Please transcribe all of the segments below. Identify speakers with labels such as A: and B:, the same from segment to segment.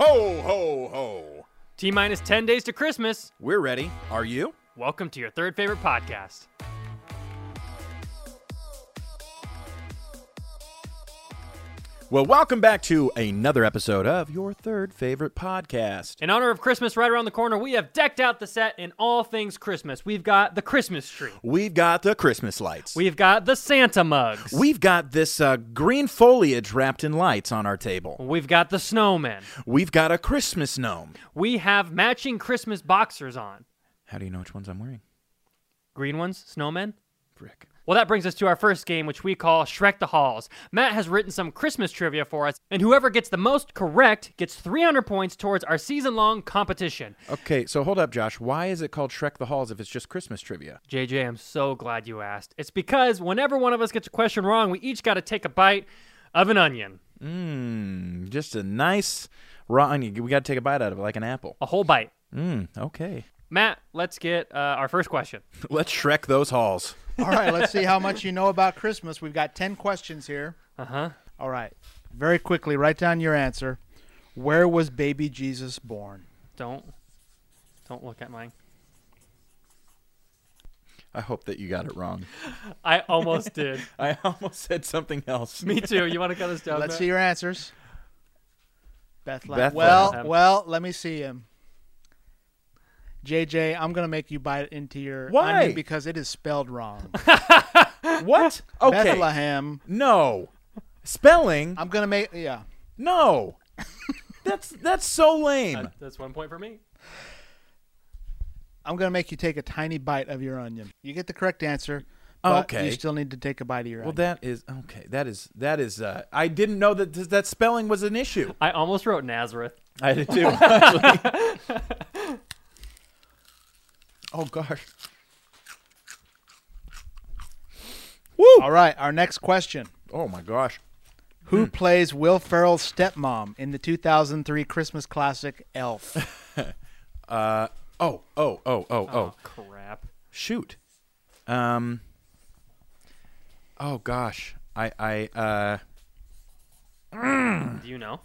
A: Ho, ho, ho.
B: T minus 10 days to Christmas.
A: We're ready. Are you?
B: Welcome to your third favorite podcast.
A: Well, welcome back to another episode of your third favorite podcast.
B: In honor of Christmas right around the corner, we have decked out the set in all things Christmas. We've got the Christmas tree.
A: We've got the Christmas lights.
B: We've got the Santa mugs.
A: We've got this uh, green foliage wrapped in lights on our table.
B: We've got the snowman.
A: We've got a Christmas gnome.
B: We have matching Christmas boxers on.
A: How do you know which ones I'm wearing?
B: Green ones, snowmen.
A: Brick.
B: Well, that brings us to our first game, which we call Shrek the Halls. Matt has written some Christmas trivia for us, and whoever gets the most correct gets 300 points towards our season long competition.
A: Okay, so hold up, Josh. Why is it called Shrek the Halls if it's just Christmas trivia?
B: JJ, I'm so glad you asked. It's because whenever one of us gets a question wrong, we each got to take a bite of an onion.
A: Mmm, just a nice raw onion. We got to take a bite out of it like an apple.
B: A whole bite.
A: Mmm, okay.
B: Matt, let's get uh, our first question.
A: Let's Shrek those halls.
C: All right, let's see how much you know about Christmas. We've got 10 questions here.
B: Uh huh.
C: All right, very quickly, write down your answer. Where was baby Jesus born?
B: Don't don't look at mine.
A: I hope that you got it wrong.
B: I almost did.
A: I almost said something else.
B: Me too. You want to cut us down?
C: Let's
B: Matt?
C: see your answers. Bethlehem.
A: Bethlehem.
C: Well, well, let me see him. JJ, I'm gonna make you bite into your
A: Why?
C: onion because it is spelled wrong.
A: What? Okay.
C: Bethlehem.
A: No. Spelling?
C: I'm gonna make yeah.
A: No. that's that's so lame.
B: That- Uh, That's one point for me.
C: I'm gonna make you take a tiny bite of your onion. You get the correct answer, but
A: Okay.
C: you still need to take a bite of your
A: Well,
C: onion.
A: that is okay. That is that is. Uh, I didn't know that th- that spelling was an issue.
B: I almost wrote Nazareth.
A: I did too. actually. oh gosh. Woo!
C: All right, our next question.
A: Oh my gosh. Hmm.
C: Who plays Will Ferrell's stepmom in the 2003 Christmas classic Elf?
A: Oh oh oh oh oh.
B: crap!
A: Shoot. Um. Oh gosh. I I uh
B: Do you know?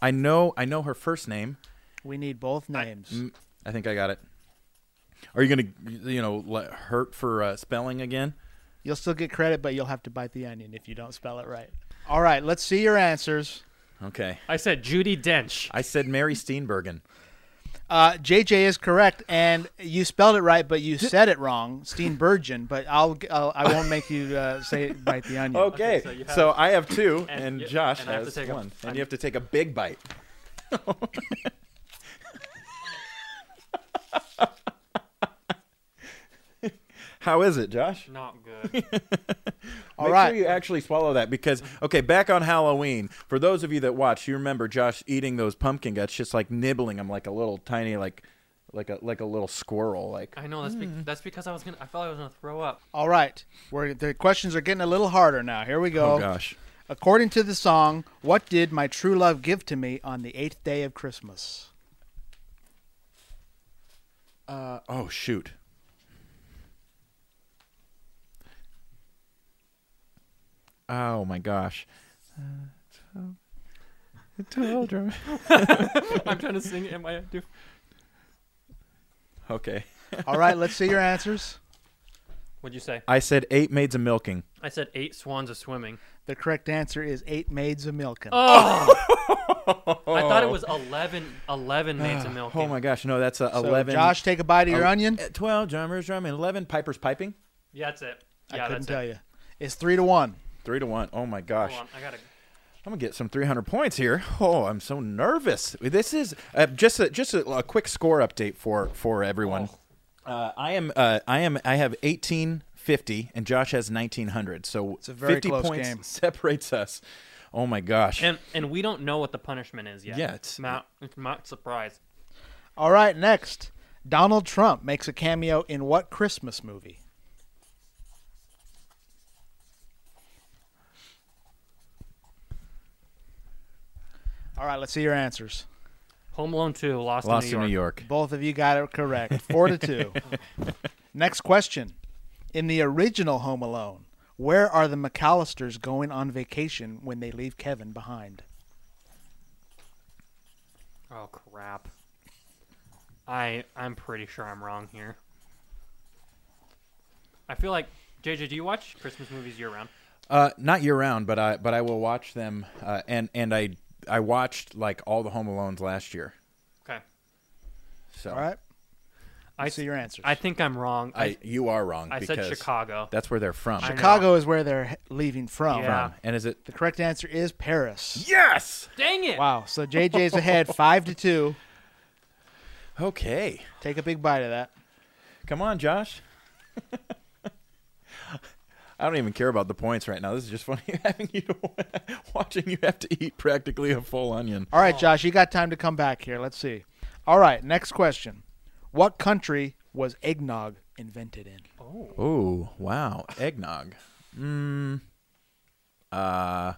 A: I know I know her first name.
C: We need both names.
A: Mm, I think I got it. Are you gonna, you know, let hurt for uh, spelling again?
C: You'll still get credit, but you'll have to bite the onion if you don't spell it right. All right, let's see your answers.
A: Okay.
B: I said Judy Dench.
A: I said Mary Steenburgen.
C: Uh, JJ is correct, and you spelled it right, but you said it wrong, Steenburgen. But I'll, I'll I won't make you uh, say bite the onion.
A: Okay.
B: so you
A: so,
B: have-
A: I have two,
B: And
A: and,
B: you-
A: Josh
B: and I have to
A: has
B: take a-
A: one,
B: I'm-
A: and you have to take a big bite. How is it, Josh?
B: Not good.
C: All
A: Make
C: right.
A: sure you actually swallow that because okay, back on Halloween, for those of you that watch, you remember Josh eating those pumpkin guts, just like nibbling them like a little tiny like like a like a little squirrel. Like
B: I know that's be- that's because I was gonna. I felt I was gonna throw up.
C: All right, we're, the questions are getting a little harder now. Here we go.
A: oh gosh.
C: According to the song, "What Did My True Love Give to Me on the Eighth Day of Christmas?"
A: Uh, oh shoot. Oh my gosh. Uh, told- told her-
B: I'm trying to sing it in my head.
A: okay.
C: All right, let's see your answers.
B: What'd you say?
A: I said eight maids a milking.
B: I said eight swans are swimming.
C: The correct answer is eight maids a milking.
B: Oh! I thought it was 11, 11 maids of milk.
A: Oh my gosh, no, that's a
C: So,
A: eleven.
C: Josh, take a bite of your
A: Oh,
C: onion.
A: uh, Twelve drummers drumming. Eleven pipers piping.
B: Yeah, that's it. Yeah,
C: I couldn't
B: that's
C: tell
B: it.
C: you. It's three to one.
A: Three to one. Oh my gosh.
B: Hold on, I gotta.
A: I'm gonna get some 300 points here. Oh, I'm so nervous. This is uh, just a, just a, a quick score update for for everyone.
B: Oh.
A: Uh, I am uh, I am I have 1850 and Josh has 1900. So
C: a very
A: 50
C: close
A: points
C: game.
A: separates us. Oh my gosh.
B: And and we don't know what the punishment is yet.
A: Yeah, it's-
B: Mount it's Mount Surprise.
C: All right, next. Donald Trump makes a cameo in what Christmas movie? All right, let's see your answers.
B: Home Alone Two, Lost,
A: Lost
B: in New York.
C: Both of you got it correct. Four to two. Next question. In the original Home Alone, where are the McAllisters going on vacation when they leave Kevin behind?
B: Oh crap. I I'm pretty sure I'm wrong here. I feel like JJ, do you watch Christmas movies year round?
A: Uh, not year round, but I but I will watch them. Uh, and and I I watched like all the Home Alones last year.
B: Okay.
A: So
C: All right.
B: I
C: I see your answers.
B: I think I'm wrong. I
A: I you are wrong.
B: I said
A: because
B: Chicago.
A: That's where they're from.
B: Chicago.
C: Chicago is where they're he- leaving from.
B: Yeah.
A: And is it?
C: The correct answer is Paris.
A: Yes.
B: Dang it.
C: Wow. So JJ's ahead five to two.
A: Okay.
C: Take a big bite of that.
A: Come on, Josh. I don't even care about the points right now. This is just funny having you to, watching you have to eat practically a full onion.
C: All right, Josh, you got time to come back here. Let's see. All right, next question. What country was eggnog invented in?
A: Oh wow, eggnog. Mm. Uh.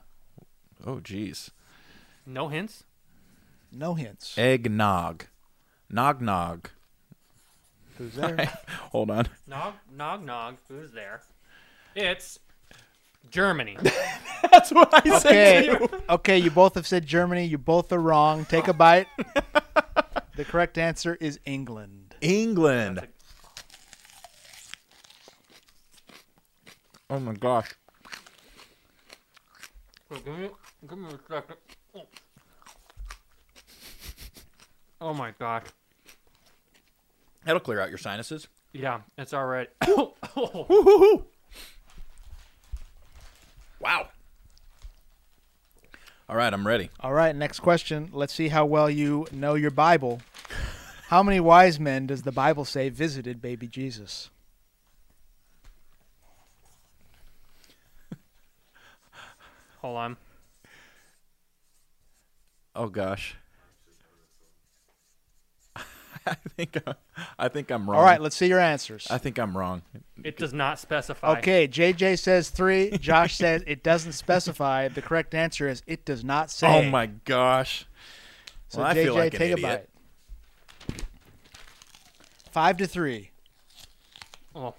A: Oh geez,
B: No hints?
C: No hints.
A: Eh. eggnog, nog nog.
C: Who's there?
A: Hold on.
B: Nog nog nog. Who's there? It's Germany.
A: That's what I
C: Okay. okay, you both have said Germany. You both are wrong. Take a bite. the correct answer is England.
A: England.
B: That's
A: Oh my gosh.
B: Well, give me, give me a second. Oh. Oh my god.
A: That'll clear out your sinuses.
B: Yeah, it's all right.
A: Wow. All right, I'm ready.
C: All right, next question. Let's see how well you know your Bible. How many wise men does the Bible say visited baby Jesus?
B: Hold on.
A: Oh gosh. I think I, I think I'm wrong.
C: All right, let's see your answers.
A: I think I'm wrong. Oh
B: It does not specify.
C: Okay, JJ says three. Josh says it doesn't specify. The correct answer is it does not
A: Oh
C: say.
A: my gosh.
C: So
A: Well, I
C: JJ,
A: feel like an
C: take a bite.
A: idiot.
C: Five to three.
B: Oh.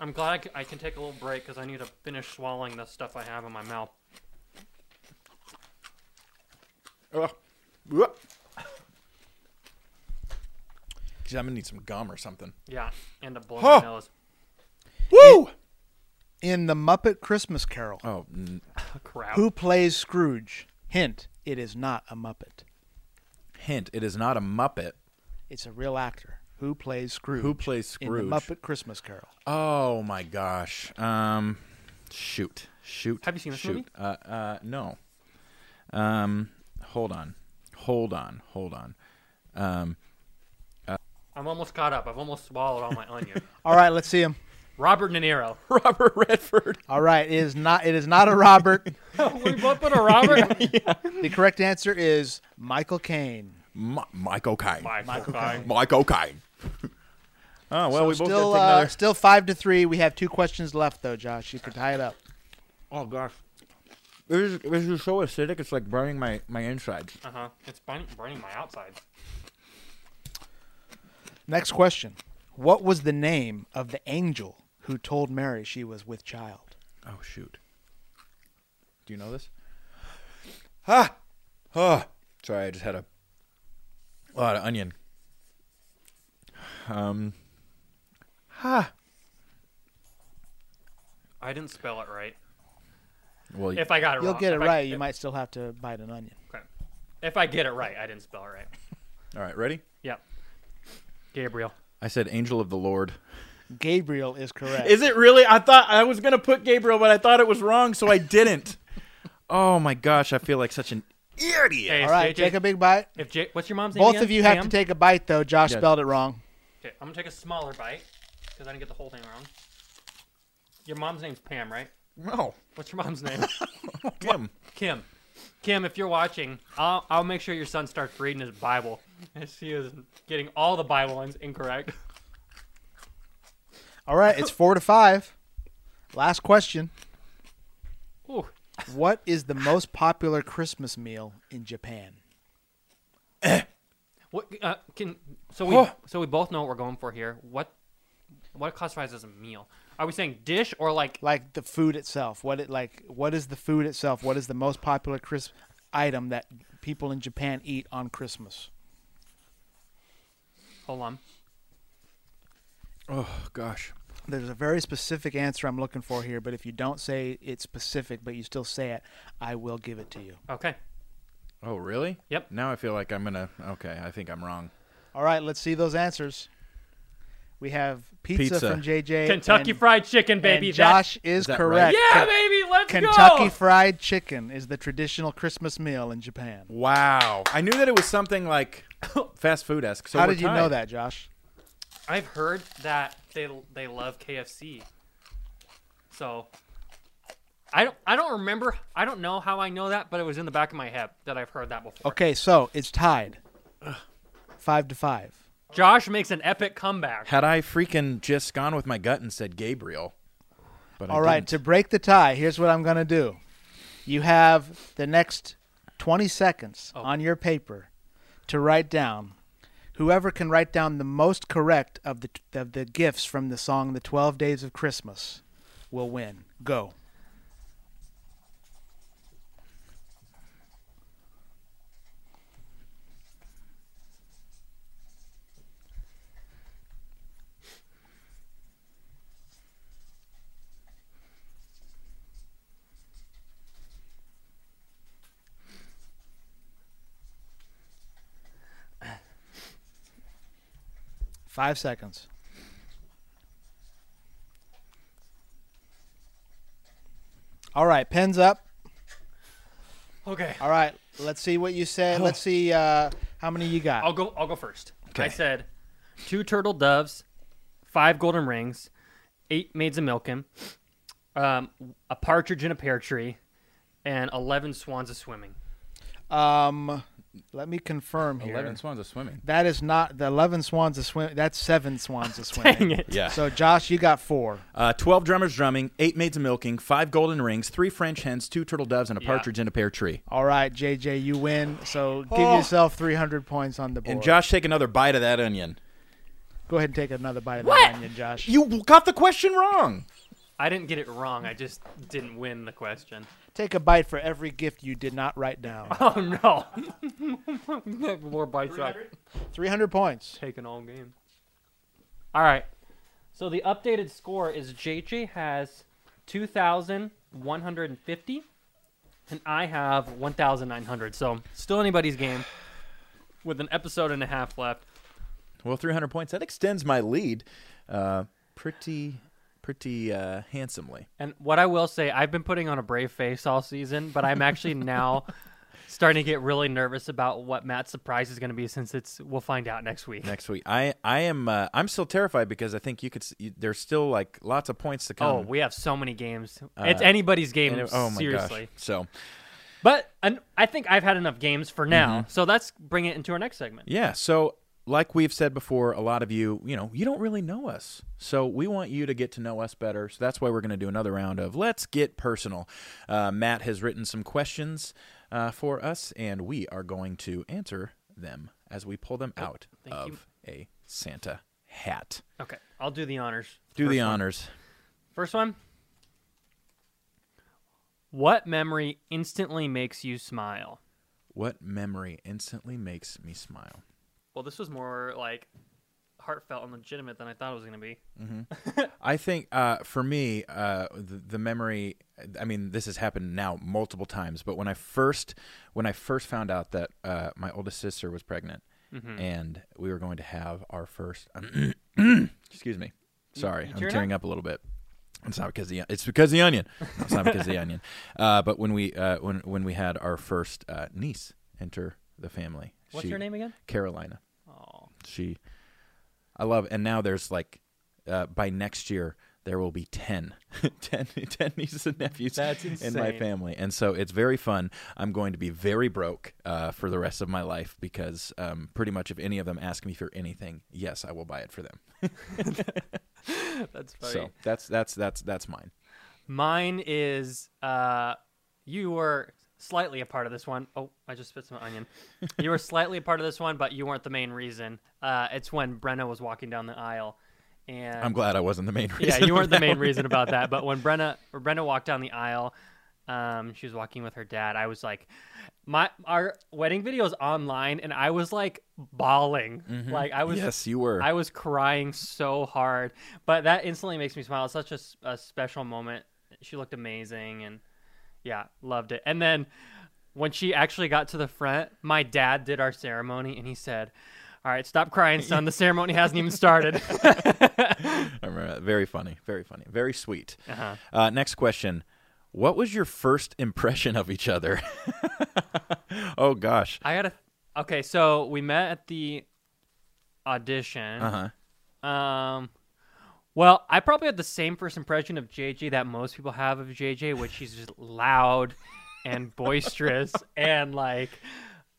B: I'm glad I c- I can take a little break because I need to finish swallowing the stuff I have in my mouth.
A: Ugh. Ugh. Geez, I'm gonna need some gum or something.
B: Yeah, and to blow
A: Huh.
B: my nose.
A: Woo!
C: In the Muppet Christmas Carol,
A: Oh, n-
B: Crap.
C: who plays Scrooge? Hint: It is not a Muppet.
A: hint. It is not a Muppet.
C: It's a real actor who plays Scrooge.
A: Who plays
C: in
A: Scrooge?
C: the Muppet Christmas Carol?
A: Oh my gosh. Um, shoot, shoot.
B: Have you seen this
A: shoot.
B: movie?
A: Uh, uh, no. Um, hold on, hold on, hold on.
B: I'm almost caught up. I've almost swallowed all my onion.
C: All right, let's see him.
B: Robert De Niro.
A: Robert Redford.
C: All right, it is not. It is not a Robert.
B: we both put a Robert.
C: the correct answer is Michael Caine.
A: M- Michael Caine.
B: Michael Caine.
A: Michael Caine. oh well, we both got to
C: Still,
A: take
C: uh,
A: another.
C: still five to three. We have two questions left, though, Josh. You could tie it up.
A: Oh gosh. This is, this is so acidic. It's like burning my, my insides.
B: Uh huh. It's burning, burning my outside.
C: Next question. What was the name of the angel who told Mary she was with child?
A: Oh shoot. Do you know this? Ha! Ah! Sorry, I just had a lot of onion. Um. Ha!
B: I didn't spell it right.
A: Well,
B: If I got it
C: You'll
B: wrong.
C: get it
B: if I-
C: right. you might still have to bite an onion.
B: Okay. If I get it right, I didn't spell it right.
A: all right, ready?
B: Yep. Gabriel.
A: I said angel of the Lord.
C: Gabriel is correct.
A: Is it really? I thought I was gonna put Gabriel, but I thought it was wrong, so I didn't. oh my gosh, I feel like such an idiot.
B: Hey,
C: All right,
B: JJ,
C: take a big bite.
B: If J- what's your mom's name?
C: Both
B: again?
C: of you have
B: Pam?
C: to take a bite, though. Josh
A: Yeah.
C: spelled it wrong.
B: Okay, I'm gonna take a smaller bite because I didn't get the whole thing wrong. Your mom's name's Pam, right?
A: No,
B: What's your mom's name?
A: Kim.
B: Kim. Kim, if you're watching, I'll, I'll make sure your son starts reading his Bible. And she is getting all the Bible ones incorrect.
C: All right, it's four to five. Last question.
B: Ooh,
C: What is the most popular Christmas meal in Japan?
B: what uh, can so we
A: Huh.
B: so we both know what we're going for here. What what classifies as a meal? Are we saying dish or like
C: Like the food itself. What it like? What is the food itself? What is the most popular Christmas? item that people in Japan eat on Christmas?
B: Hold on.
A: Oh gosh.
C: There's a very specific answer I'm looking for here, but if you don't say it's specific, but you still say it, I will give it to you.
B: Okay.
A: Oh really?
B: Yep.
A: Now I feel like I'm gonna. Okay, I think I'm wrong.
C: All right, let's see those answers. We have pizza,
A: Pizza.
C: from JJ.
B: Kentucky
C: and,
B: Fried Chicken,
C: and
B: baby. That's-
C: Josh is
A: that right?
C: correct.
B: Yeah,
C: Ken-
B: baby. Let's
C: Kentucky
B: go.
C: Fried Chicken is the traditional Christmas meal in Japan.
A: Wow. I knew that it was something like fast food esque. So
C: How
A: we're
C: did you
A: tied.
C: know that, Josh?
B: I've heard that they they love KFC. So I don't I don't remember I don't know how I know that, but it was in the back of my head that I've heard that before.
C: Okay, so it's tied. Five to five.
B: Josh makes an epic comeback.
A: Had I freaking just gone with my gut and said Gabriel. But I
C: All right,
A: didn't.
C: to break the tie, here's what I'm going to do. You have the next 20 seconds on your paper to write down. Whoever can write down the most correct of the of the gifts from the song "The Twelve Days of Christmas" will win. Go. Five seconds. All right, pens up.
B: Okay.
C: All right, let's see what you said.
B: Oh.
C: Let's see uh, how many you got.
B: I'll go I'll go first. I
A: Okay.
B: said two turtle doves, five golden rings, eight maids of milking, um, a partridge in a pear tree, and eleven swans a swimming.
C: Um, let me confirm here.
A: Eleven swans of swimming.
C: That is not the eleven swans of swim. That's seven swans of swimming.
B: Dang it.
A: Yeah.
C: So Josh, you got four.
A: Uh, 12 drummers drumming, 8 maids of milking, 5 golden rings, 3 French hens, 2 turtle doves, and a
B: Yeah.
A: partridge in a pear tree.
C: All right, JJ, you win. So give
A: Oh.
C: yourself three hundred points on the board.
A: And Josh, take another bite of that onion.
C: go ahead and take another bite of
B: What?
C: that onion, Josh.
A: You got the question wrong.
B: I didn't get it wrong. I just didn't win the question.
C: take a bite for every gift you did not write down.
B: Oh no! More bites up.
C: Three hundred points.
B: Taken all game. All right. So the updated score is JJ has two thousand one hundred and fifty, and I have one thousand nine hundred. So still anybody's game. With an episode and a half left.
A: Well, 300 points. That extends my lead uh, pretty, pretty uh, handsomely.
B: And what I will say, I've been putting on a brave face all season, but I'm actually now starting to get really nervous about what Matt's surprise is going to be since it's we'll find out next week.
A: Next week, I I am uh, I'm still terrified because I think you could s- you, there's still like lots of points to come.
B: Oh, we have so many games. it's anybody's game,
A: And it- Uh, oh my
B: seriously.
A: gosh! So
B: But and I think I've had enough games for now. So let's bring it into our next segment.
A: Mm-hmm. Yeah. So, like we've said before, a lot of you, you know, you don't really know us. So, we want you to get to know us better. So, that's why we're going to do another round of Let's Get Personal. Uh, Matt has written some questions uh, for us, and we are going to answer them as we pull them out of
B: you.
A: a Santa hat.
B: Okay, I'll do the honors.
A: Do
B: First
A: the
B: one.
A: honors.
B: First one. What memory instantly makes you smile?
A: What memory instantly makes me smile?
B: Well, this was more like heartfelt and legitimate than I thought it was going to be.
A: I think uh, for me, uh, the, the memory. I mean, this has happened now multiple times, but when I first when I first found out that uh, my oldest sister was pregnant,
B: Mm-hmm.
A: and we were going to have our first. um, excuse me. Sorry,
B: you
A: I'm
B: tearing
A: tearing up a little bit. It's not because the it's because the onion. No, it's not because the onion. Uh, but when we uh, when when we had our first uh, niece enter the family,
B: What's
A: she-
B: your name again?
A: Carolina
B: Oh,
A: she i love and now there's like uh, by next year there will be 10 10 10 nieces and nephews
B: That's
A: in my
B: insane.
A: family and so it's very fun i'm going to be very broke uh, for the rest of my life because um, pretty much if any of them ask me for anything yes i will buy it for them
B: that's funny.
A: so that's that's that's that's mine
B: Mine is uh, you were slightly a part of this one. Oh, I just spit some onion. you were slightly a part of this one, but you weren't the main reason. Uh, it's when Brenna was walking down the aisle, and
A: i'm glad i wasn't the main reason
B: yeah, you weren't the main reason about that. But when Brenna when Brenna walked down the aisle, uh, Um, she was walking with her dad. I was like, my our wedding video is online, and I was like bawling. Like I was,
A: yes, you were.
B: I was crying so hard. But that instantly makes me smile. It's such a, s- a special moment. She looked amazing, and yeah, loved it. And then when she actually got to the front, my dad did our ceremony, and he said. All right, stop crying, son. The ceremony hasn't even started.
A: I remember that. Very funny. Very funny. Very sweet. uh next question. What was your first impression of each other? oh, gosh.
B: I gotta. Okay, so we met at the audition.
A: Uh huh.
B: Um, well, I probably had the same first impression of JJ that most people have of JJ, which he's just loud and boisterous and like,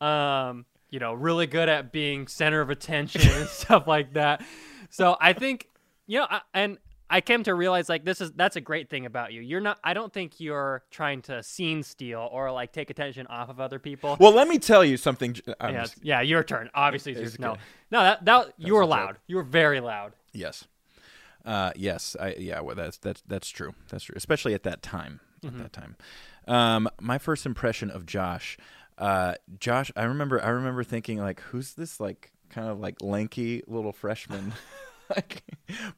B: um, you know, really good at being center of attention and stuff like that. So I think, you know, I, and I came to realize like this is that's a great thing about you. You're not. I don't think you're trying to scene steal or like take attention off of other people.
A: Well, let me tell you something. J- um, I'm
B: Yeah,
A: just-
B: yeah, your turn. Obviously, it's just,
A: it's
B: no,
A: okay.
B: no, that, that you were
A: a joke.
B: loud. You were very loud.
A: yes. Uh, yes. I, yeah, well, that's, that's, that's true. That's true. Especially at that time. At that time. Um, my first impression of Josh. Uh, Josh, I remember, I remember thinking, like, who's this, like, kind of like lanky little freshman? Like,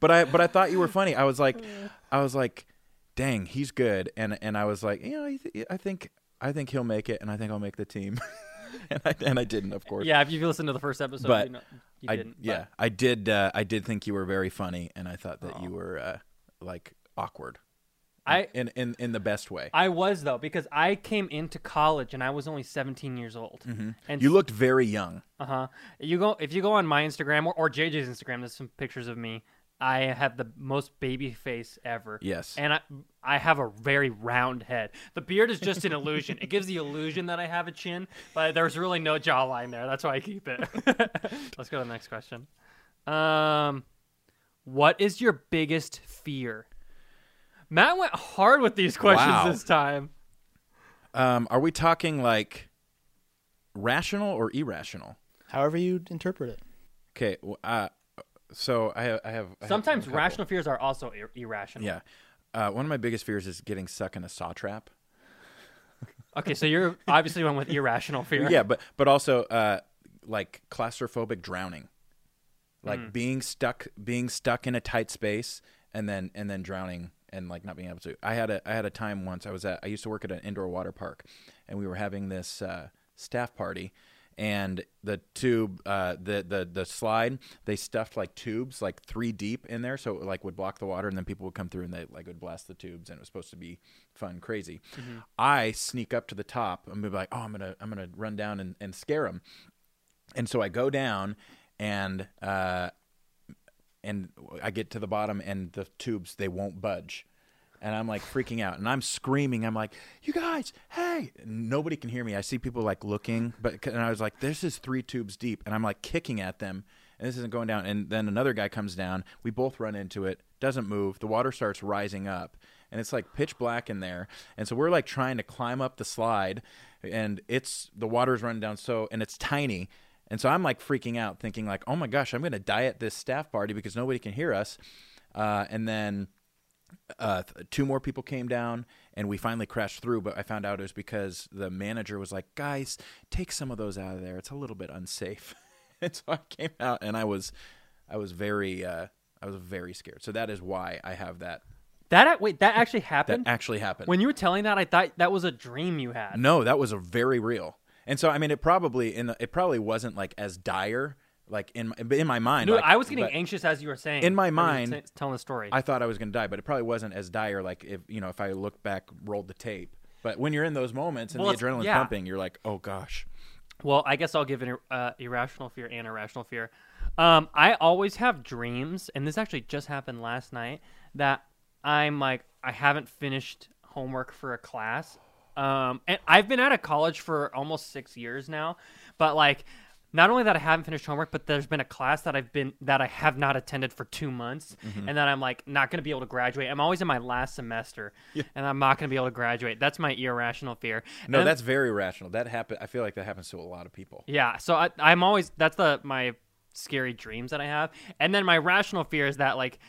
A: but I, but I thought you were funny. I was like, I was like, dang, he's good. And and I was like, you know, I, th- I think I think he'll make it, and I think I'll make the team. and I and I didn't, of course.
B: Yeah, if you've listened to the first episode,
A: But
B: you, know, you
A: I
B: didn't. but-
A: yeah, I did. Uh, I did think you were very funny, and I thought that you were uh, like awkward.
B: I-
A: in in in the best way.
B: I was though because I came into college and I was only 17 years old. And
A: Mm-hmm. you looked very young.
B: uh huh. You go if you go on my Instagram or, or JJ's Instagram. There's some pictures of me. I have the most baby face ever.
A: Yes.
B: And I I have a very round head. The beard is just an illusion. It gives the illusion that I have a chin, but there's really no jawline there. That's why I keep it. Let's go to the next question. Um what is your biggest fear? Matt went hard with these questions
A: Wow.
B: this time.
A: Um, are we talking like rational or irrational?
C: However you interpret it.
A: Okay. w- Uh, so I have, I have I have
B: Sometimes
A: a couple.
B: rational fears are also ir- irrational.
A: Yeah. Uh, one of my biggest fears is getting stuck in a saw trap.
B: Okay, so you're obviously went with irrational fear.
A: Yeah, but but also uh, like claustrophobic drowning, like being stuck being stuck in a tight space and then and then drowning and like not being able to. I had a I had a time once I was at I used to work at an indoor water park, and we were having this uh, staff party. And the tube, uh, the the the slide, they stuffed like tubes, like three deep in there, so it like would block the water, and then people would come through and they like would blast the tubes, and it was supposed to be fun, crazy. I sneak up to the top. I'm gonna be like, oh, I'm gonna I'm gonna run down and, and scare them. And so I go down, and uh, and I get to the bottom, and the tubes they won't budge, and I'm like freaking out, and I'm screaming. I'm like, "You guys, hey!" Nobody can hear me. I see people like looking, but and I was like, "This is three tubes deep," and I'm like kicking at them, and this isn't going down. And then another guy comes down. We both run into it. Doesn't move. The water starts rising up, and it's like pitch black in there. And so we're like trying to climb up the slide, and it's the water's running down so, and it's tiny. And so I'm like freaking out, thinking like, "Oh my gosh, I'm going to die at this staff party because nobody can hear us." Uh, and then uh, th- two more people came down, and we finally crashed through. But I found out it was because the manager was like, "Guys, take some of those out of there. It's a little bit unsafe." and so I came out, and I was, I was very, uh, I was very scared. So that is why I have that.
B: That ac- wait, that actually
A: That
B: happened.
A: actually happened.
B: when you were telling that, I thought that was a dream you had.
A: No, that was a very real. And so I mean, it probably in the, it probably wasn't like as dire like in my, in my mind.
B: Dude,
A: like,
B: I was getting
A: but
B: anxious as you were saying.
A: In my
B: as you were
A: mind,
B: sa- telling the story.
A: I thought I was going to die, but it probably wasn't as dire. Like if you know, if I looked back, rolled the tape. But when you're in those moments and
B: Well,
A: the
B: it's-
A: adrenaline's
B: yeah.
A: pumping, you're like, oh gosh.
B: well, I guess I'll give an ir- uh, irrational fear and irrational fear. Um, I always have dreams, and this actually just happened last night. That I'm like, I haven't finished homework for a class, um, and I've been out of college for almost six years now. But like, not only that I haven't finished homework, but there's been a class that I've been that I have not attended for two months, and that I'm like not going to be able to graduate. I'm always in my last semester, and I'm not going to be able to graduate. That's my irrational fear.
A: No,
B: And-
A: that's very rational. That happen. I feel like that happens to a lot of people.
B: yeah, so I, I'm always that's the my scary dreams that I have, and then my rational fear is that like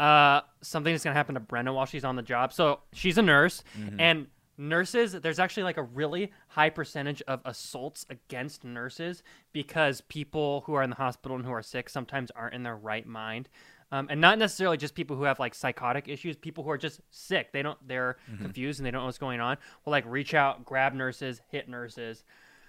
B: uh something is gonna happen to Brenda while she's on the job. So she's a nurse, and nurses there's actually like a really high percentage of assaults against nurses because people who are in the hospital and who are sick sometimes aren't in their right mind um, and not necessarily just people who have like psychotic issues people who are just sick they don't they're confused and they don't know what's going on will like reach out grab nurses hit nurses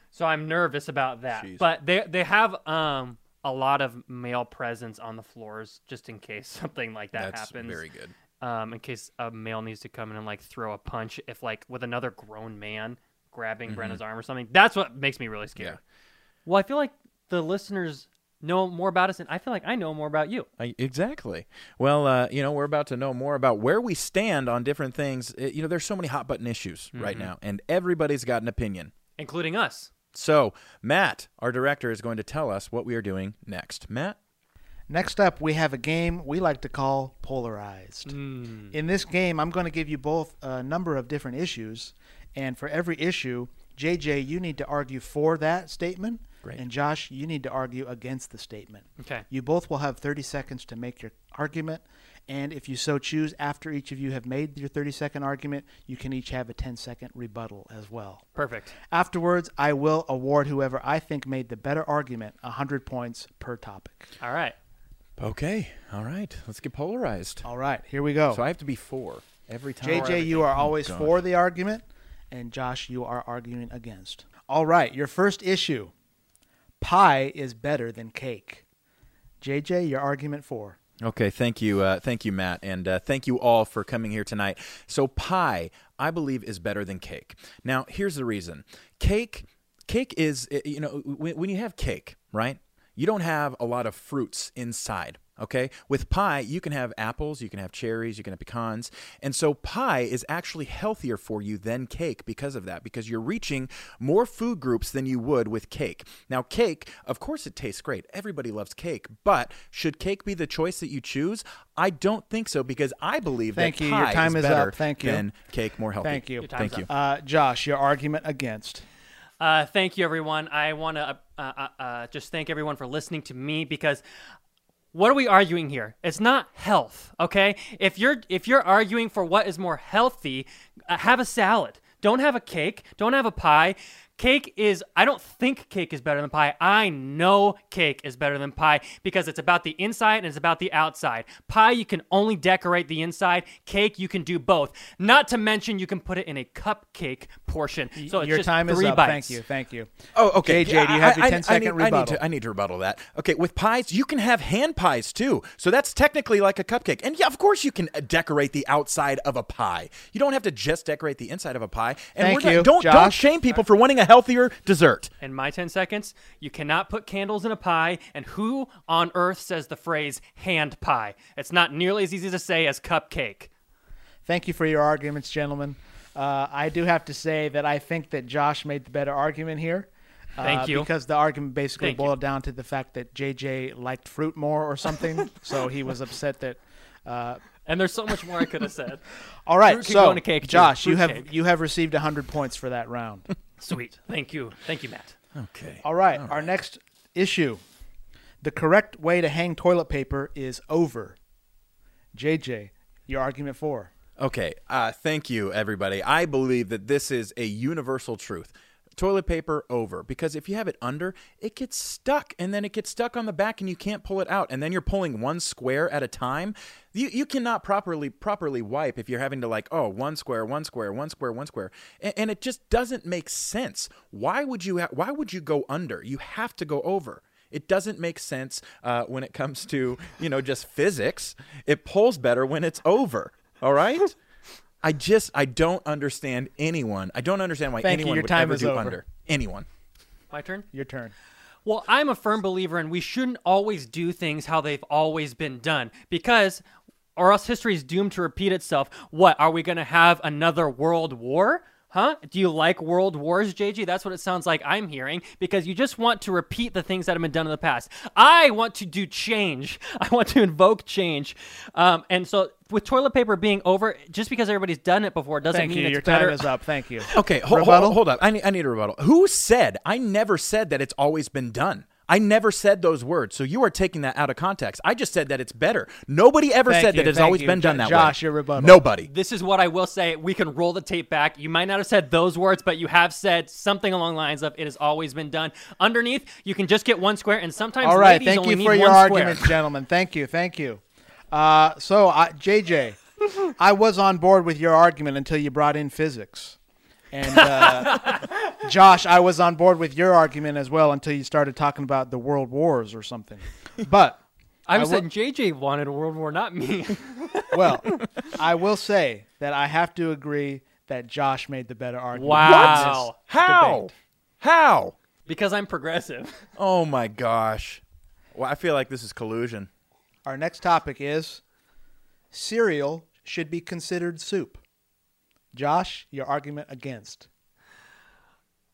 B: so i'm nervous about that
A: Jeez.
B: but they they have um a lot of male presence on the floors just in case something like that
A: That's
B: happens
A: very good.
B: um, in case a male needs to come in and like throw a punch if like with another grown man grabbing
A: Mm-hmm.
B: Brenna's arm or something. That's what makes me really scared. Well, I feel like the listeners know more about us, and I feel like I know more about you.
A: I, exactly. Well, uh, you know, we're about to know more about where we stand on different things. Uh, you know, there's so many hot button issues
B: Mm-hmm.
A: right now, and everybody's got an opinion.
B: Including us.
A: So, Matt, our director, is going to tell us what we are doing next. Matt?
C: Next up, we have a game we like to call Polarized.
B: Mm.
A: Mm.
C: In this game, I'm going to give you both a number of different issues, and for every issue, JJ, you need to argue for that statement,
A: Great.
C: and Josh, you need to argue against the statement.
B: Okay.
C: You both will have 30 seconds to make your argument, and if you so choose, after each of you have made your 30 second argument, you can each have a 10 second rebuttal as well.
B: Perfect.
C: Afterwards, I will award whoever I think made the better argument 100 points per topic.
B: All right.
A: Okay. All right. Let's get polarized.
C: All right, here we go.
A: So, I have to be four every time.
C: JJ, you are always
A: gosh.
C: for the argument, and Josh, you are arguing against. All right, your first issue pie is better than cake. JJ, your argument for.
A: Okay, thank you, uh, thank you, Matt, and uh, thank you all for coming here tonight. So pie, I believe, is better than cake. Now, here's the reason: cake, cake is uh, you know when, when you have cake, right? You don't have a lot of fruits inside. Okay, with pie, you can have apples, you can have cherries, you can have pecans, and so pie is actually healthier for you than cake because of that, because you're reaching more food groups than you would with cake. Now, cake, of course, it tastes great. Everybody loves cake, but should cake be the choice that you choose? I don't think so because I believe
C: Thank
A: that
C: you. Your
A: pie
C: time is up.
A: better
C: Thank you.
A: than cake, more healthy.
C: Thank you. Your
B: time's
A: Thank you.
C: Uh, Josh, your argument against.
B: Uh, thank you, everyone. I want to uh, uh, uh, just thank everyone for listening to me because what are we arguing here? It's not health, okay? If you're if you're arguing for what is more healthy, uh, have a salad. Don't have a cake. Don't have a pie. Cake is I don't think cake is better than pie. I know cake is better than pie because it's about the inside and it's about the outside. Pie you can only decorate the inside. Cake you can do both. Not to mention you can put it in a cupcake portion. So it's
C: your
B: just
C: time is
B: three
C: up.
B: bites.
C: Thank you. Thank you.
A: Oh, okay.
C: JJ, do you have your
A: I- I-
C: 10 second
A: I need, I need,
C: rebuttal?
A: to, I need to rebuttal that. Okay, with pies, you can have hand pies too. So that's technically like a cupcake. And yeah, of course you can uh, decorate the outside of a pie. You don't have to just decorate the inside of a pie. And
C: Thank
A: we're
C: you,
A: not, don't don't
C: Josh.
A: shame people for wanting a healthier dessert.
B: In my 10 seconds, you cannot put candles in a pie, and who on earth says the phrase hand pie? It's not nearly as easy to say as cupcake.
C: Thank you for your arguments, gentlemen. Uh, I do have to say that I think that Josh made the better argument here. uh,
B: Thank you.
C: Because the argument basically
B: Thank you.
C: boiled down to the fact that JJ liked fruit more or something, so he was upset that. Uh,
B: And there's so much more I could have said.
C: all right,
B: Fruit can go
C: so
B: in a cake, too.
C: Josh, you
B: Fruit
C: have
B: cake.
C: you have received 100 points for that round.
B: Sweet. Thank you. Thank you, Matt.
A: Okay.
C: All right, our next issue: the correct way to hang toilet paper is over. JJ, your argument for.
A: Okay. Uh, thank you, everybody. I believe that this is a universal truth. Toilet paper over because if you have it under, it gets stuck and then it gets stuck on the back and you can't pull it out and then you're pulling one square at a time. You you cannot properly properly wipe if you're having to like oh one square one square one square one square and, and it just doesn't make sense. Why would you ha- why would you go under? You have to go over. It doesn't make sense uh, when it comes to you know just physics. It pulls better when it's over. All right. I just I don't understand anyone. I don't understand why
C: Thank you.
A: anyone
C: Your
A: would
C: time
A: ever
C: is
A: do
C: over.
A: under anyone.
B: My turn?
C: Your turn.
B: Well, I'm a firm believer in we shouldn't always do things how they've always been done because or else history is doomed to repeat itself. What, are we going to have another world war? Huh? Do you like world wars, JG? That's what it sounds like I'm hearing because you just want to repeat the things that have been done in the past. I want to do change. I want to invoke change. Um, and so with toilet paper being over, just because everybody's done it before doesn't
C: Thank
B: mean
C: you.
B: it's
C: Your
B: better.
C: time is up. Thank you.
A: Okay, hold,
C: Rebuttal?
A: hold, hold up. I need I need a rebuttal. Who said I never said that it's always been done? I never said those words, so you are taking that out of context. I just said that it's better. Nobody ever
C: Thank
A: said
C: you,
A: that it's
C: thank
A: always
C: you.
A: been
C: Jo-
A: done that way.
C: Josh, your rebuttal.
A: Nobody.
B: This is what I will say. We can roll the tape back. You might not have said those words, but you have said something along the lines of "It has always been done." Underneath, you can just get one square, and sometimes
C: All right,
B: ladies
C: thank
B: only
C: you
B: need
C: for your
B: one square.
C: argument, gentlemen. Thank you, thank you. Uh, so, I, JJ, I was on board with your argument until you brought in physics, and uh, Josh, I was on board with your argument as well until you started talking about the world wars or something. But
B: I was
C: I will-
B: saying JJ wanted a World War, not me.
C: well, I will say that I have to agree that Josh made the better argument.
B: Wow.
C: in this
A: How?
C: debate.
A: How?
B: because I'm progressive.
A: Oh my gosh. Well, I feel like this is collusion.
C: Our next topic is cereal should be considered soup. Josh, your argument against.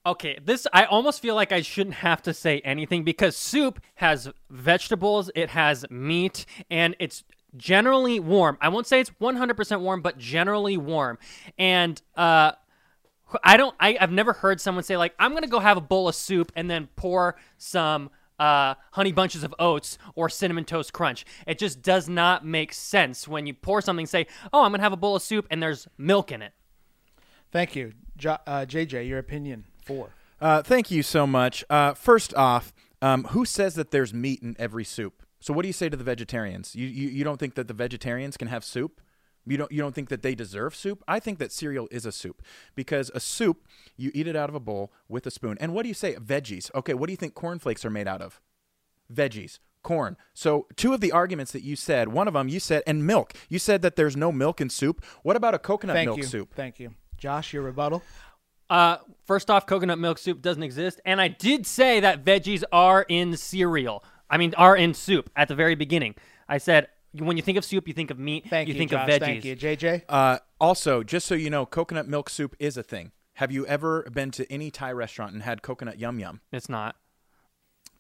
B: Okay, this I almost feel like I shouldn't have to say anything because soup has vegetables, it has meat, and it's generally warm. I won't say it's 100% warm, but generally warm. And uh I don't I, I've never heard someone say like I'm gonna go have a bowl of soup and then pour some uh, honey bunches of oats or cinnamon toast crunch. It just does not make sense when you pour something. Say, oh, I'm gonna have a bowl of soup and there's milk in it.
C: Thank you, jo- uh, JJ. Your opinion for
A: Uh, thank you so much. Uh, first off, um, who says that there's meat in every soup? So what do you say to the vegetarians? You, you you don't think that the vegetarians can have soup? You don't you don't think that they deserve soup? I think that cereal is a soup because a soup you eat it out of a bowl with a spoon. And what do you say veggies? Okay, what do you think cornflakes are made out of? veggies, corn. So, two of the arguments that you said, one of them you said, and milk. You said that there's no milk in soup. What about a coconut
C: thank
A: milk
C: you,
A: soup?
C: thank you, Josh. Your rebuttal.
B: Uh, first off, coconut milk soup doesn't exist, and I did say that veggies are in cereal. I mean, are in soup at the very beginning. I said when you think of soup, you think of meat.
C: Thank you,
B: think
C: Josh.
B: of veggies.
C: Thank you, JJ.
A: Uh, also, just so you know, coconut milk soup is a thing. Have you ever been to any Thai restaurant and had coconut yum yum?
B: It's not.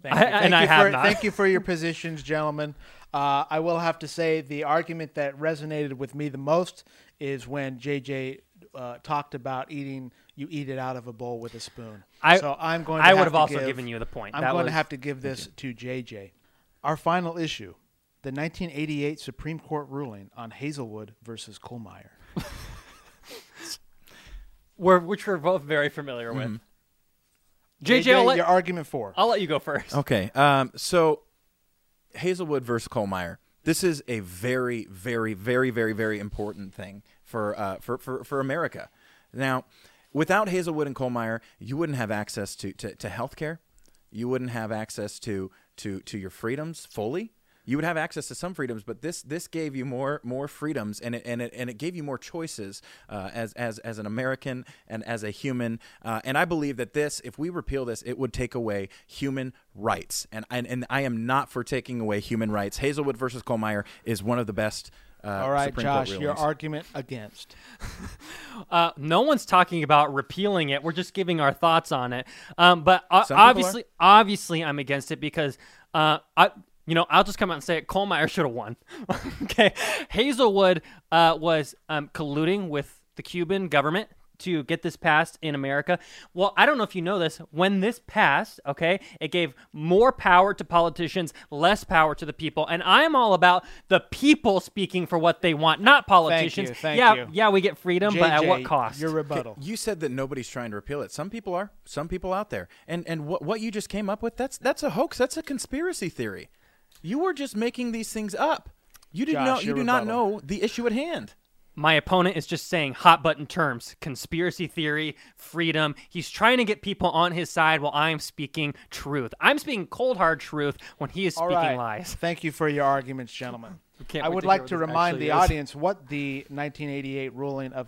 C: Thank
B: I-
C: you.
B: and
C: Thank
B: I
C: you
B: have
C: for,
B: not.
C: Thank you for your positions, gentlemen. Uh, I will have to say the argument that resonated with me the most is when JJ uh, talked about eating. You eat it out of a bowl with a spoon.
B: I-
C: so I'm going. To
B: I
C: have
B: would have
C: to
B: also
C: give-
B: given you the point.
C: I'm
B: That
C: going to
B: was-
C: have to give this to JJ. Our final issue: the 1988 Supreme Court ruling on Hazelwood versus Kohlmeyer.
B: We're, which we're both very familiar with.
C: Mm-hmm.
B: JJ, I'll,
C: your
B: let,
C: argument for.
A: Uh,
B: I'll let you go first.
A: Okay. Um, so, Hazelwood versus Kohlmeyer. This is a very, very, very, very, very important thing for uh, for, for for America. Now, without Hazelwood and Kohlmeyer, you wouldn't have access to to, to health care. You wouldn't have access to to to your freedoms fully. You would have access to some freedoms, but this this gave you more more freedoms, and it and it, and it gave you more choices uh, as as as an American and as a human. Uh, and I believe that this, if we repeal this, it would take away human rights. And and, and I am not for taking away human rights. Hazelwood versus Colmeyer is one of the best. Uh,
C: All right,
A: Supreme
C: Josh,
A: Court
C: your
A: rulings.
C: argument against.
B: Uh, no one's talking about repealing it. We're just giving our thoughts on it. Um, but uh,
A: Some people
B: obviously, obviously, I'm against it because uh, I, you know, I'll just come out and say it. Kohlmeyer should have won. okay, Hazelwood uh, was um, colluding with the Cuban government to get this passed in America. Well, I don't know if you know this. When this passed, okay, it gave more power to politicians, less power to the people. And I am all about the people speaking for what they want, not politicians.
C: thank
B: yeah,
C: you.
B: yeah, we get freedom
C: JJ,
B: but at what cost?
C: Your rebuttal.
A: You said that nobody's trying to repeal it. Some people are. Some people out there. And and what what you just came up with that's that's a hoax. That's a conspiracy theory. You were just making these things up. You did
C: Josh,
A: not. You
C: your
A: do not
C: rebuttal.
A: know the issue at hand.
B: My opponent is just saying hot button terms, conspiracy theory, freedom. He's trying to get people on his side while I'm speaking truth. I'm speaking cold hard truth when he is
C: All
B: speaking
C: right.
B: lies.
C: Thank you for your arguments, gentlemen.
B: can't
C: I
B: wait
C: would
B: to hear
C: like
B: what
C: to
B: this
C: remind
B: actually
C: the
B: is.
C: audience what the 1988 ruling of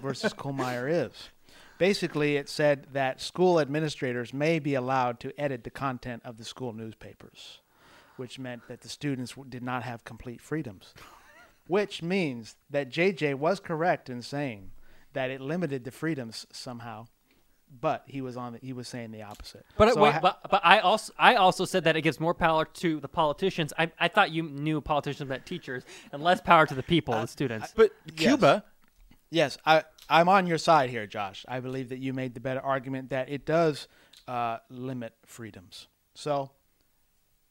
C: versus Kohlmeyer is. Basically, it said that school administrators may be allowed to edit the content of the school newspapers, which meant that the students w- did not have complete freedoms. Which means that JJ was correct in saying that it limited the freedoms somehow, but he was on the, he was saying the opposite.
B: But uh,
C: So I
B: wait,
C: ha-
B: but, but I also I also said that it gives more power to the politicians. I, I thought you knew politicians meant teachers and less power to the people, the students.
A: But Cuba.
C: Yes, I I'm on your side here, Josh. I believe that you made the better argument that it does uh, limit freedoms. So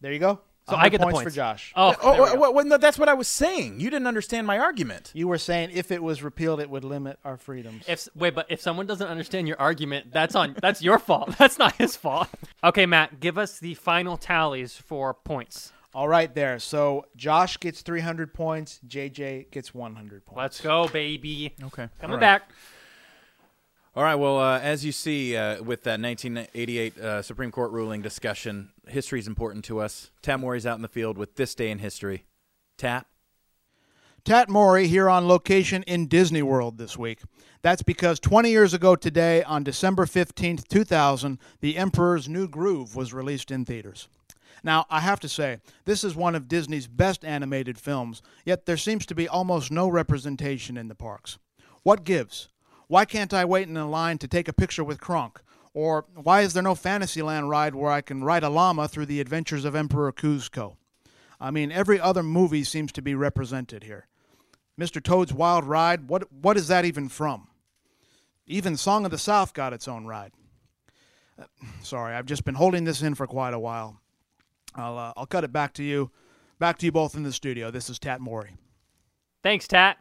C: There you go.
B: So I
C: 100
B: get the
C: points
B: points
C: for Josh.
B: Oh,
A: Oh,
B: there we go.
A: well, well, no, that's what I was saying. You didn't understand my argument.
C: You were saying if it was repealed, it would limit our freedoms.
B: If wait, but if someone doesn't understand your argument, that's on that's your fault. That's not his fault. Okay, Matt, give us the final tallies for points.
C: All right, there. So Josh gets 300 points. JJ gets 100 points.
B: Let's go, baby.
A: Okay.
B: Coming
A: All right.
B: back.
A: All right. Well, uh, as you see uh, with that 1988 uh, Supreme Court ruling discussion, history is important to us. Tam Morey's out in the field with this day in history. Tap.
C: Tat Mori here on location in Disney World this week. That's because 20 years ago today, on December 15th, 2000, The Emperor's New Groove was released in theaters. Now, I have to say, this is one of Disney's best animated films, yet there seems to be almost no representation in the parks. What gives? Why can't I wait in a line to take a picture with Kronk? Or why is there no Fantasyland ride where I can ride a llama through the adventures of Emperor Kuzco? I mean, every other movie seems to be represented here. Mr. Toad's Wild Ride, what, what is that even from? Even Song of the South got its own ride. Uh, sorry, I've just been holding this in for quite a while. I'll, uh, I'll cut it back to you. Back to you both in the studio. This is Tat Mori.
B: Thanks, Tat.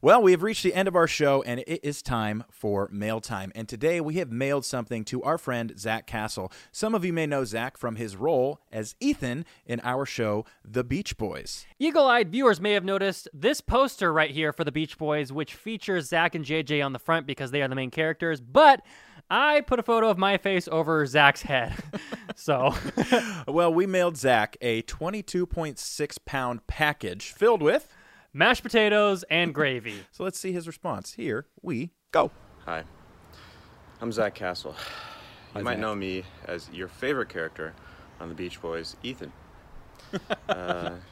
A: Well, we have reached the end of our show, and it is time for mail time. And today we have mailed something to our friend Zach Castle. Some of you may know Zach from his role as Ethan in our show, The Beach Boys.
B: Eagle eyed viewers may have noticed this poster right here for the Beach Boys, which features Zach and JJ on the front because they are the main characters, but I put a photo of my face over Zach's head. so,
A: Well, we mailed Zach a 22.6 pound package filled with.
B: mashed potatoes and gravy.
A: So let's see his response. Here we go.
D: Hi, I'm Zach Castle. You might know me as your favorite character on The Beach Boys, Ethan.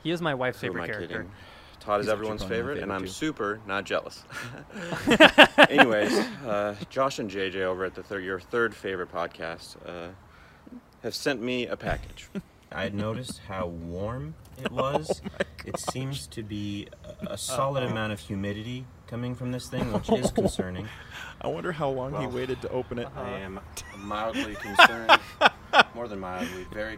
B: He is my wife's
D: Who
B: favorite
D: am I
B: character.
D: kidding? Todd is
A: actually
D: everyone's
A: probably my
D: favorite, and
A: favorite,
D: I'm
A: too.
D: super not jealous. Anyways, uh, Josh and JJ over at the third, your third favorite podcast uh, have sent me a package. Oh
E: I had noticed how warm it was. it seems to be a, a solid amount of humidity coming from this thing, which is concerning.
A: I wonder how long he
D: Well,
A: waited to open it.
D: I am mildly concerned, more than mildly, very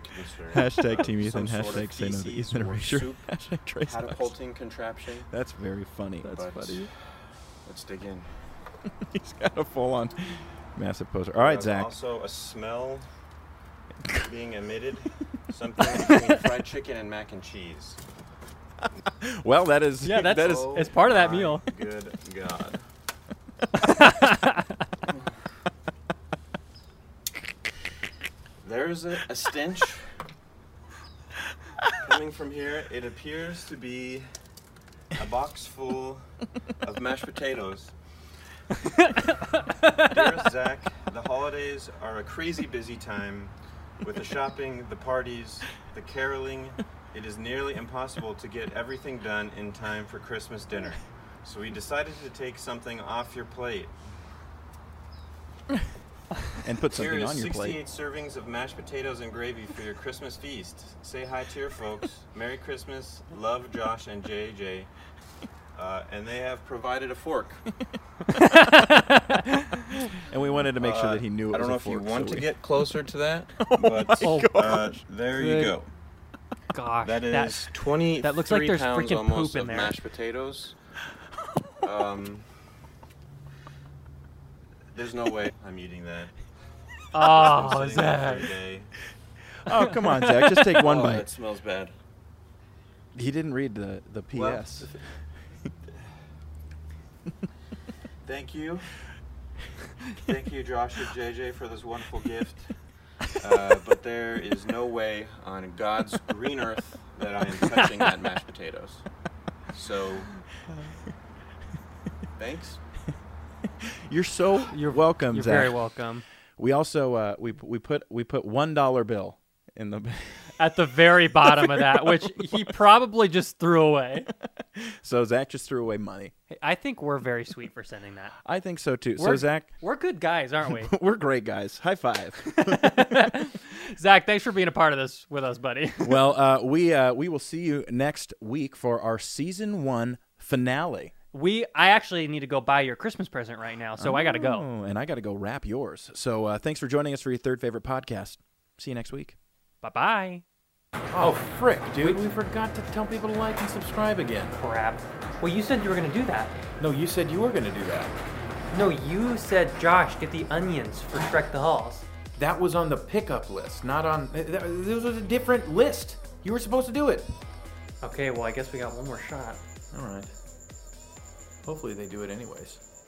D: concerned.
A: Hashtag
D: about
A: Team Ethan,
D: some sort of
A: hashtag say no to
D: feces
A: Ethan
D: or
A: Erasure,
D: soup
A: hashtag Trace Knox.
D: Catapulting contraption.
A: That's very funny. That's
D: But-
A: funny.
D: Let's dig in.
A: He's got a full on massive poster. All right,
D: There's
A: Zach.
D: Also, a smell being emitted. Something between fried chicken and mac and cheese.
A: Well, that is
B: Yeah, that's-
A: that is
D: Oh
B: it's part of that
D: my
B: meal.
D: Good God. There's a, a stench coming from here. It appears to be a box full of mashed potatoes. Dear Zach, the holidays are a crazy busy time with the shopping, the parties, the caroling. It is nearly impossible to get everything done in time for Christmas dinner. So we decided to take something off your plate.
A: and put
D: Here
A: something
D: is
A: on your
D: 68
A: plate.
D: servings of mashed potatoes and gravy for your Christmas feast. Say hi to your folks. Merry Christmas. Love Josh and JJ. Uh, and they have provided a fork.
A: And we wanted to make sure
D: Uh,
A: that he knew it
D: I don't
A: was
D: know
A: a
D: if you
A: fork,
D: want
A: so
D: to
A: we- Oh
D: get closer to that, but uh, there you
B: Good
D: go.
B: Gosh,
D: That is
B: that-
D: 20
B: that looks like there's
D: pounds
B: freaking
D: almost
B: poop in
D: of
B: there.
D: mashed potatoes. Um, there's no way I'm eating that. I'm
B: oh,
D: sitting there
B: Zach.
D: for a day.
A: Oh, come on, Zach. Just take one
D: Oh,
A: bite.
D: That smells bad.
A: He didn't read the the PS.
D: Well, Thank you. Thank you, Josh and JJ, for this wonderful gift. Uh, but there is no way on God's green earth that I am touching that mashed potatoes. So, thanks.
A: you're so you're welcome,
B: You're
A: Zach.
B: very welcome.
A: We also uh, we we put we put one dollar bill in the.
B: At the very bottom of that, which he probably just threw away.
A: so Zach just threw away money.
B: Hey, I think we're very sweet for sending that.
A: I think so too. so
B: We're-
A: Zach,
B: We're good guys, aren't we?
A: we're great guys. High five.
B: Zach, thanks for being a part of this with us, buddy.
A: well, uh, we uh, we will see you next week for our season one finale.
B: We, I actually need to go buy your Christmas present right now, so I gotta go.
A: Oh, and I got to go wrap yours. So uh, thanks for joining us for your third favorite podcast. See you next week.
B: Bye bye.
A: Oh, frick,
B: dude.
A: dude. We, forgot to tell people to like and subscribe again.
B: Crap. Well, you said you were gonna do that.
A: No, you said you were going to do that.
B: No, you said Josh, get the onions for Shrek the Halls.
A: That was on the pickup list, not on. th- th- This was a different list. You were supposed to do it.
B: Okay, well I guess we got one more shot.
A: All right. Hopefully they do it anyways.